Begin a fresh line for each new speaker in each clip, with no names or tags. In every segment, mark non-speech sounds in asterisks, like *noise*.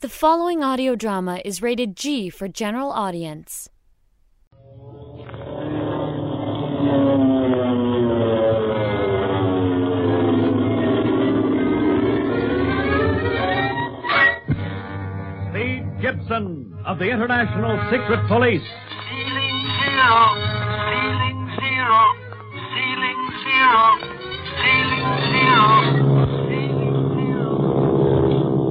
The following audio drama is rated G for general audience.
Steve Gibson of the International Secret Police.
Ceiling zero, ceiling zero, ceiling zero, ceiling zero, ceiling zero.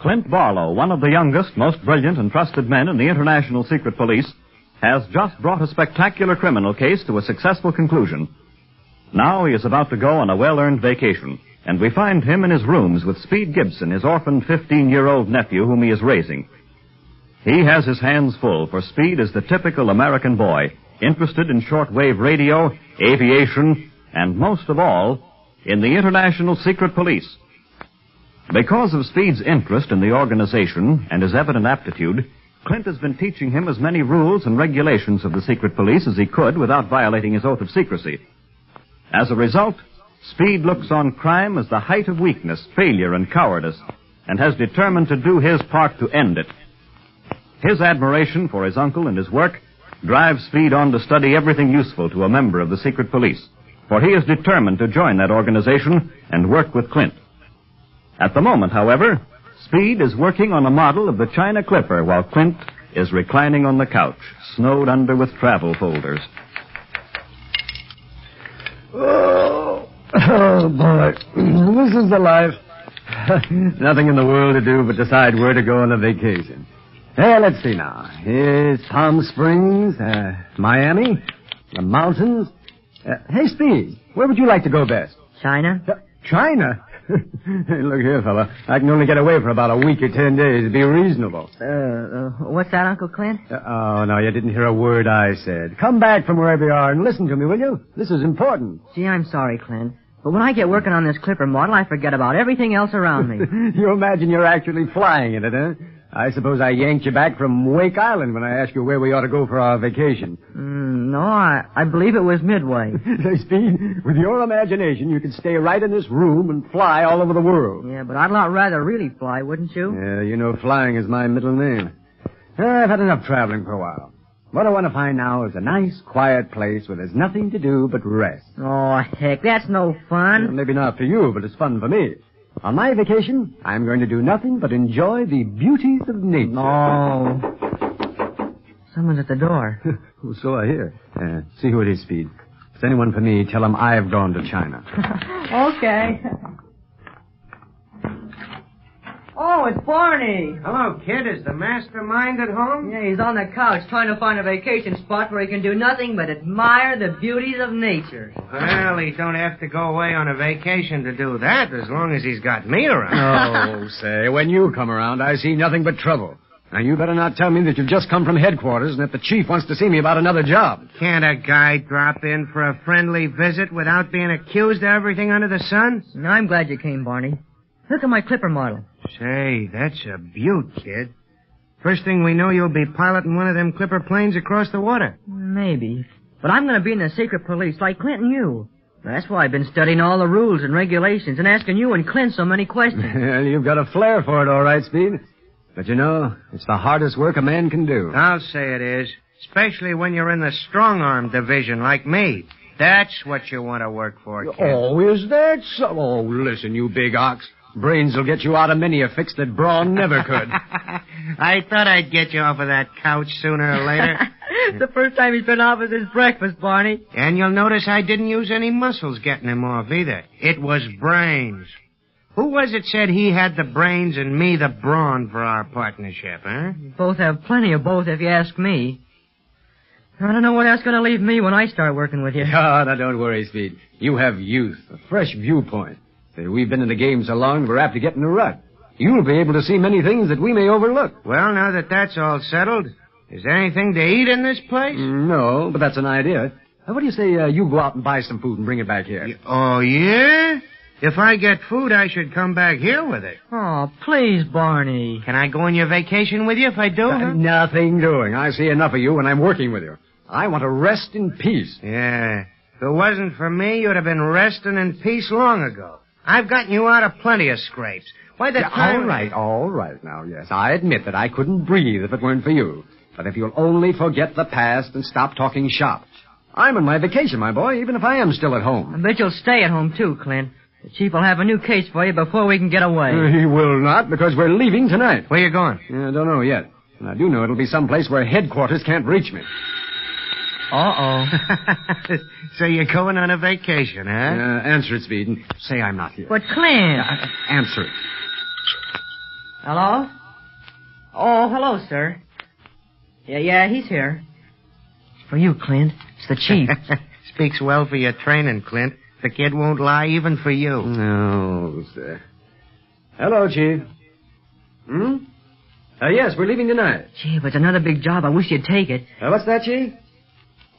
Clint Barlow, one of the youngest, most brilliant, and trusted men in the International Secret Police, has just brought a spectacular criminal case to a successful conclusion. Now he is about to go on a well earned vacation, and we find him in his rooms with Speed Gibson, his orphaned 15 year old nephew whom he is raising. He has his hands full, for Speed is the typical American boy, interested in shortwave radio, aviation, and most of all, in the International Secret Police. Because of Speed's interest in the organization and his evident aptitude, Clint has been teaching him as many rules and regulations of the secret police as he could without violating his oath of secrecy. As a result, Speed looks on crime as the height of weakness, failure, and cowardice, and has determined to do his part to end it. His admiration for his uncle and his work drives Speed on to study everything useful to a member of the secret police, for he is determined to join that organization and work with Clint. At the moment, however, Speed is working on a model of the China Clipper while Clint is reclining on the couch, snowed under with travel folders.
Oh, *coughs* oh boy. this is the life. *laughs* Nothing in the world to do but decide where to go on a vacation. Hey, let's see now. Here's Palm Springs, uh, Miami, the mountains. Uh, hey, Speed, where would you like to go best?
China?
Ch- China? *laughs* Hey, Look here, fella. I can only get away for about a week or ten days to be reasonable.
Uh, uh, what's that, Uncle Clint?
Uh, oh, no, you didn't hear a word I said. Come back from wherever you are and listen to me, will you? This is important. *laughs*
Gee, I'm sorry, Clint. But when I get working on this clipper model, I forget about everything else around me.
you imagine you're actually flying in it, huh? I suppose I yanked you back from Wake Island when I asked you where we ought to go for our vacation. *laughs*
Mm, no, I, I believe it was Midway.
Say, Speed, with your imagination, you could stay right in this room and fly all over the world.
Yeah, but I'd a lot rather really fly, wouldn't you?
Yeah, you know, flying is my middle name. Ah, I've had enough traveling for a while. What I want to find now is a nice, quiet place where there's nothing to do but rest.
Oh, heck, that's no
Well,
fun.
maybe not for you, but it's fun for me. On my vacation, I'm going to do nothing but enjoy the beauties of nature.
No. Oh. Someone's at the door.
Oh, so I hear. Uh, see who it is, Speed. If it's anyone for me, tell them I've gone to China.
Okay. Oh, it's Barney.
Hello, kid. Is the mastermind at home?
Yeah, he's on the couch trying to find a vacation spot where he can do nothing but admire the beauties of nature.
Well, he don't have to go away on a vacation to do that as long as he's got me around.
*laughs* Oh, say, when you come around, I see nothing but trouble. Now, you better not tell me that you've just come from headquarters and that the chief wants to see me about another job.
Can't a guy drop in for a friendly visit without being accused of everything under the sun?
Now, I'm glad you came, Barney. Look at my clipper model.
Say, that's a beaut, kid. First thing we know, you'll be piloting one of them clipper planes across the water.
Maybe. But I'm going to be in the secret police like Clint and you. That's why I've been studying all the rules and regulations and asking you and Clint so many questions.
Well, you've got a flair for it, all right, Speed. But you know, it's the hardest work a man can do.
*laughs* I'll say it is, especially when you're in the strong arm division like me. That's what you want to work for, kid.
Oh, is that so? Oh, listen, you big ox. Brains will get you out of many a fix that brawn never *laughs* could.
*laughs* I thought I'd get you off of that couch sooner or later.
*laughs* the first time he's been off is his breakfast, Barney.
and you'll notice I didn't use any muscles getting him off either. It was brains. Who was it said he had the brains and me the brawn for our partnership, huh?
Both have plenty of both, if you ask me. I don't know what that's going to leave me when I start working with you.
Ah, now don't worry, Speed. You have youth, a fresh viewpoint. Say, We've been in the game so long, we're apt to get in a rut. You'll be able to see many things that we may overlook.
*laughs* Well, now that that's all settled, is there anything to eat in this
Mm.
place?
No, but that's an idea. Uh, What do you say uh, you go out and buy some food and bring it back here?
Oh, yeah? If I get food, I should come back here with it.
Oh, please, Barney.
Can I go on your vacation with you if I do?
Uh,
huh?
nothing doing. I see enough of you, and I'm working with you. I want to rest in peace.
Yeah. If it wasn't for me, you'd have been resting in peace long ago. I've gotten you out of plenty of scrapes. Why the
Yeah,
time...
all right, all right now, yes. I admit that I couldn't breathe if it weren't for you. But if you'll only forget the past and stop talking shop. I'm on my vacation, my boy, even if I am still at
I
home.
bet you'll stay at home, too, Clint. The chief will have a new case for you before we can get away.
He will not, because we're leaving tonight.
Uh, Where you going?
Yeah, I don't know yet. And I do know it'll be someplace where headquarters can't reach me.
Uh-oh.
*laughs* so you're going on a vacation, huh?
Uh, answer it, Speed, and say I'm not here.
but, Clint.
Answer it.
Hello? Oh, hello, sir. Yeah, yeah, he's here. It's for you, Clint. It's the chief.
*laughs* Speaks well for your training, Clint. The kid won't lie even for you.
Mm.
No, sir. Hello, Chief. Hmm? Uh, yes, we're leaving tonight.
Gee, but it's another big job. I wish you'd take it.
Uh, what's that, Chief?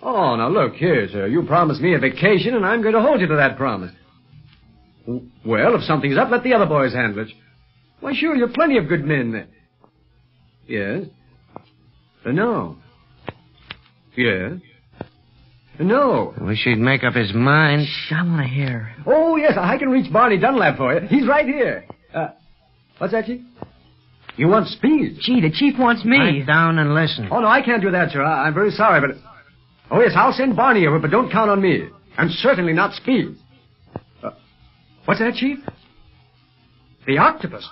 Oh, now look here, sir. You promised me a vacation, and I'm going to hold you to that promise. W- Well, if something's up, let the other boys handle it. Why, sure, you're plenty of good men. Yes. Uh, no. Yes. Uh, No.
I wish he'd make up his mind.
Shh, I want to hear.
Oh, yes, I can reach Barney Dunlap for you. He's right here. Uh, what's that, Chief? You want speed?
Gee, the chief wants me.
Sit down and listen.
Oh, no, I can't do that, sir. I- I'm very sorry, but... Oh, yes, I'll send Barney over, but don't count on me. And certainly not speed. Uh, what's that, Chief? The octopus.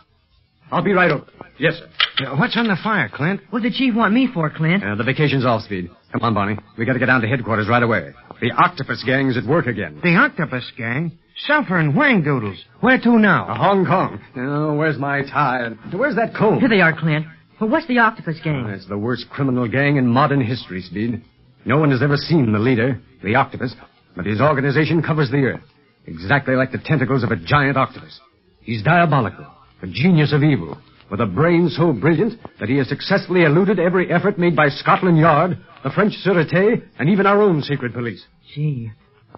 I'll be right over. Yes, sir.
Uh, What's on the fire, Clint?
What'd the chief want me for, Clint?
Uh, the vacation's off, Speed. Come on, Barney. We gotta get down to headquarters right away. The octopus gang's at work again.
The octopus gang? Suffering wang doodles. Where to now?
Uh, Hong Kong. Oh, where's my tie? Where's that comb?
Here they are, Clint. But what's the octopus
Oh,
gang?
It's the worst criminal gang in modern history, Speed. No one has ever seen the leader, the octopus, but his organization covers the earth, exactly like the tentacles of a giant octopus. He's diabolical, a genius of evil, with a brain so brilliant that he has successfully eluded every effort made by Scotland Yard, the French Sûreté, and even our own secret police.
Gee,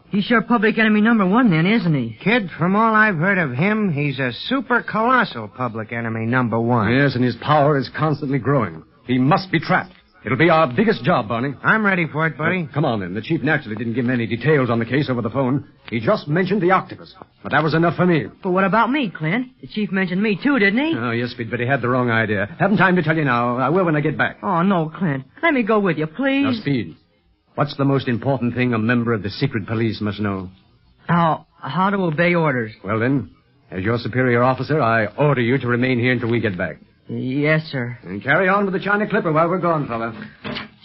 he's sure public enemy number one then, isn't he?
Kid, from all I've heard of him, he's a super colossal public enemy number one.
Yes, and his power is constantly growing. He must be trapped. It'll be our biggest job, Barney.
I'm ready for it, buddy.
Oh, come on, then. The chief naturally didn't give me any details on the case over the phone. He just mentioned the octopus, but that was enough for me.
But what about me, Clint? The chief mentioned me too, didn't he?
Oh, yes, Speed, but he had the wrong idea. Haven't time to tell you now. I will when I get back.
Oh, no, Clint. Let me go with you,
Now,
please.
Speed, what's the most important thing a member of the secret police must know?
How, how to obey orders.
Well, then, as your superior officer, I order you to remain here until we get back.
Yes, sir.
And carry on with the China Clipper while we're gone, fella.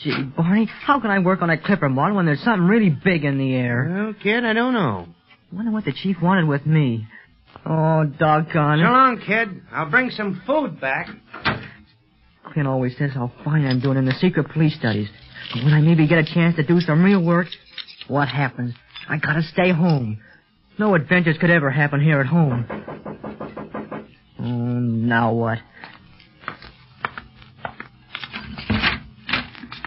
Gee, Barney, how can I work on a clipper model when there's something really big in the air?
Well, kid, I don't know.
Wonder what the chief wanted with me. Oh, doggone
So
it.
long, kid. I'll bring some food back.
Clint always says how fine I'm doing in the secret police studies. But when I maybe get a chance to do some real work, what happens? I gotta stay home. No adventures could ever happen here at home. Oh, now what?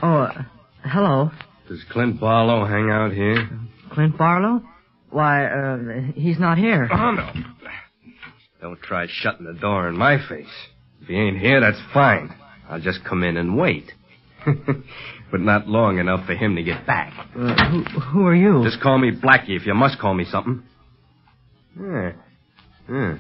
Oh, uh, hello.
Does Clint Barlow hang out here?
Clint Barlow? Why, uh, he's not here.
Oh, no. Don't try shutting the door in my face. If he ain't here, that's fine. I'll just come in and wait. *laughs* but not long enough for him to get back.
Uh, who, who are you?
Just call me Blackie if you must call me something. Yeah. Yeah.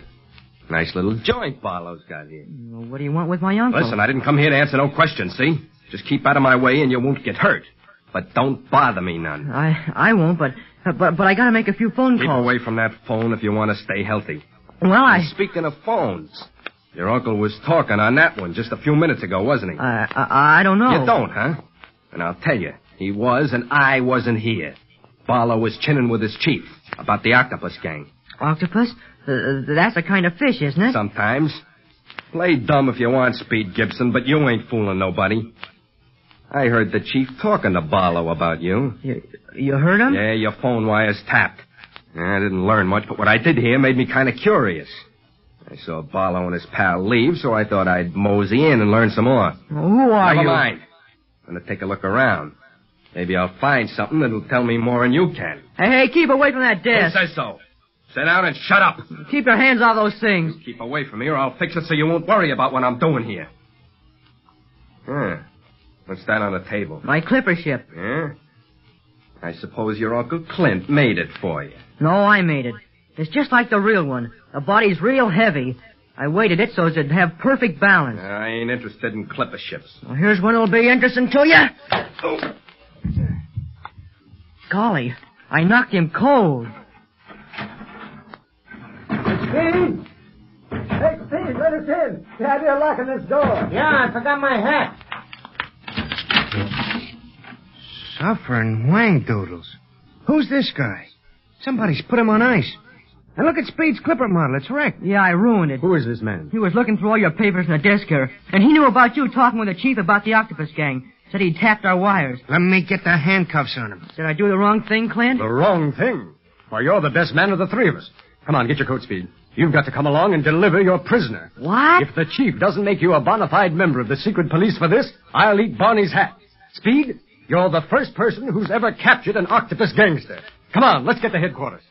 Nice little joint Barlow's got here.
What do you want with my uncle?
Listen, I didn't come here to answer no questions, see? Just keep out of my way and you won't get hurt. But don't bother me none.
I, I won't, but, but, but I gotta make a few phone
Keep
calls.
away from that phone if you want to stay healthy.
Well, I.
Speaking of phones, your uncle was talking on that one just a few minutes ago, wasn't he?
I, I, I don't know.
You don't, huh? And I'll tell you, he was, and I wasn't here. Barlow was chinning with his chief about the octopus gang.
Octopus? Uh, that's a kind of fish, isn't it?
Sometimes. Play dumb if you want, Speed Gibson, but you ain't fooling nobody. I heard the chief talking to Barlow about you.
You, you heard him?
Yeah, your phone wire's tapped. I didn't learn much, but what I did hear made me kind of curious. I saw Barlow and his pal leave, so I thought I'd mosey in and learn some more.
Who are
Never
you?
mind. I'm gonna take a look around. Maybe I'll find something that'll tell me more than you can.
Hey, hey, keep away from that desk.
Who says so? Sit down and shut up.
Keep your hands off those things.
Keep away from me, or I'll fix it so you won't worry about what I'm doing here. Huh. What's that on the table?
My clipper ship.
Yeah? I suppose your Uncle Clint made it for you.
No, I made it. It's just like the real one. The body's real heavy. I weighted it so it'd have perfect balance.
I ain't interested in clipper ships.
Well, here's one that'll be interesting to you.
Oh.
Golly, I knocked him cold.
Hey, Steve, let us in. The idea of locking this door.
Yeah, I forgot my hat. Suffering wang doodles. Who's this guy? Somebody's put him on ice. And look at Speed's clipper model. It's wrecked.
Yeah, I ruined it.
is this man?
He was looking through all your papers in the desk here, and he knew about you talking with the chief about the octopus gang. Said he tapped our wires.
Let me get the handcuffs on him.
Did I do the wrong thing, Clint?
The wrong thing. Why, you're the best man of the three of us. Come on, get your coat, Speed. You've got to come along and deliver your prisoner.
What?
If the chief doesn't make you a bona fide member of the secret police for this, I'll eat Barney's hat. Speed, you're the first person who's ever captured an octopus gangster. Come on, let's get to headquarters.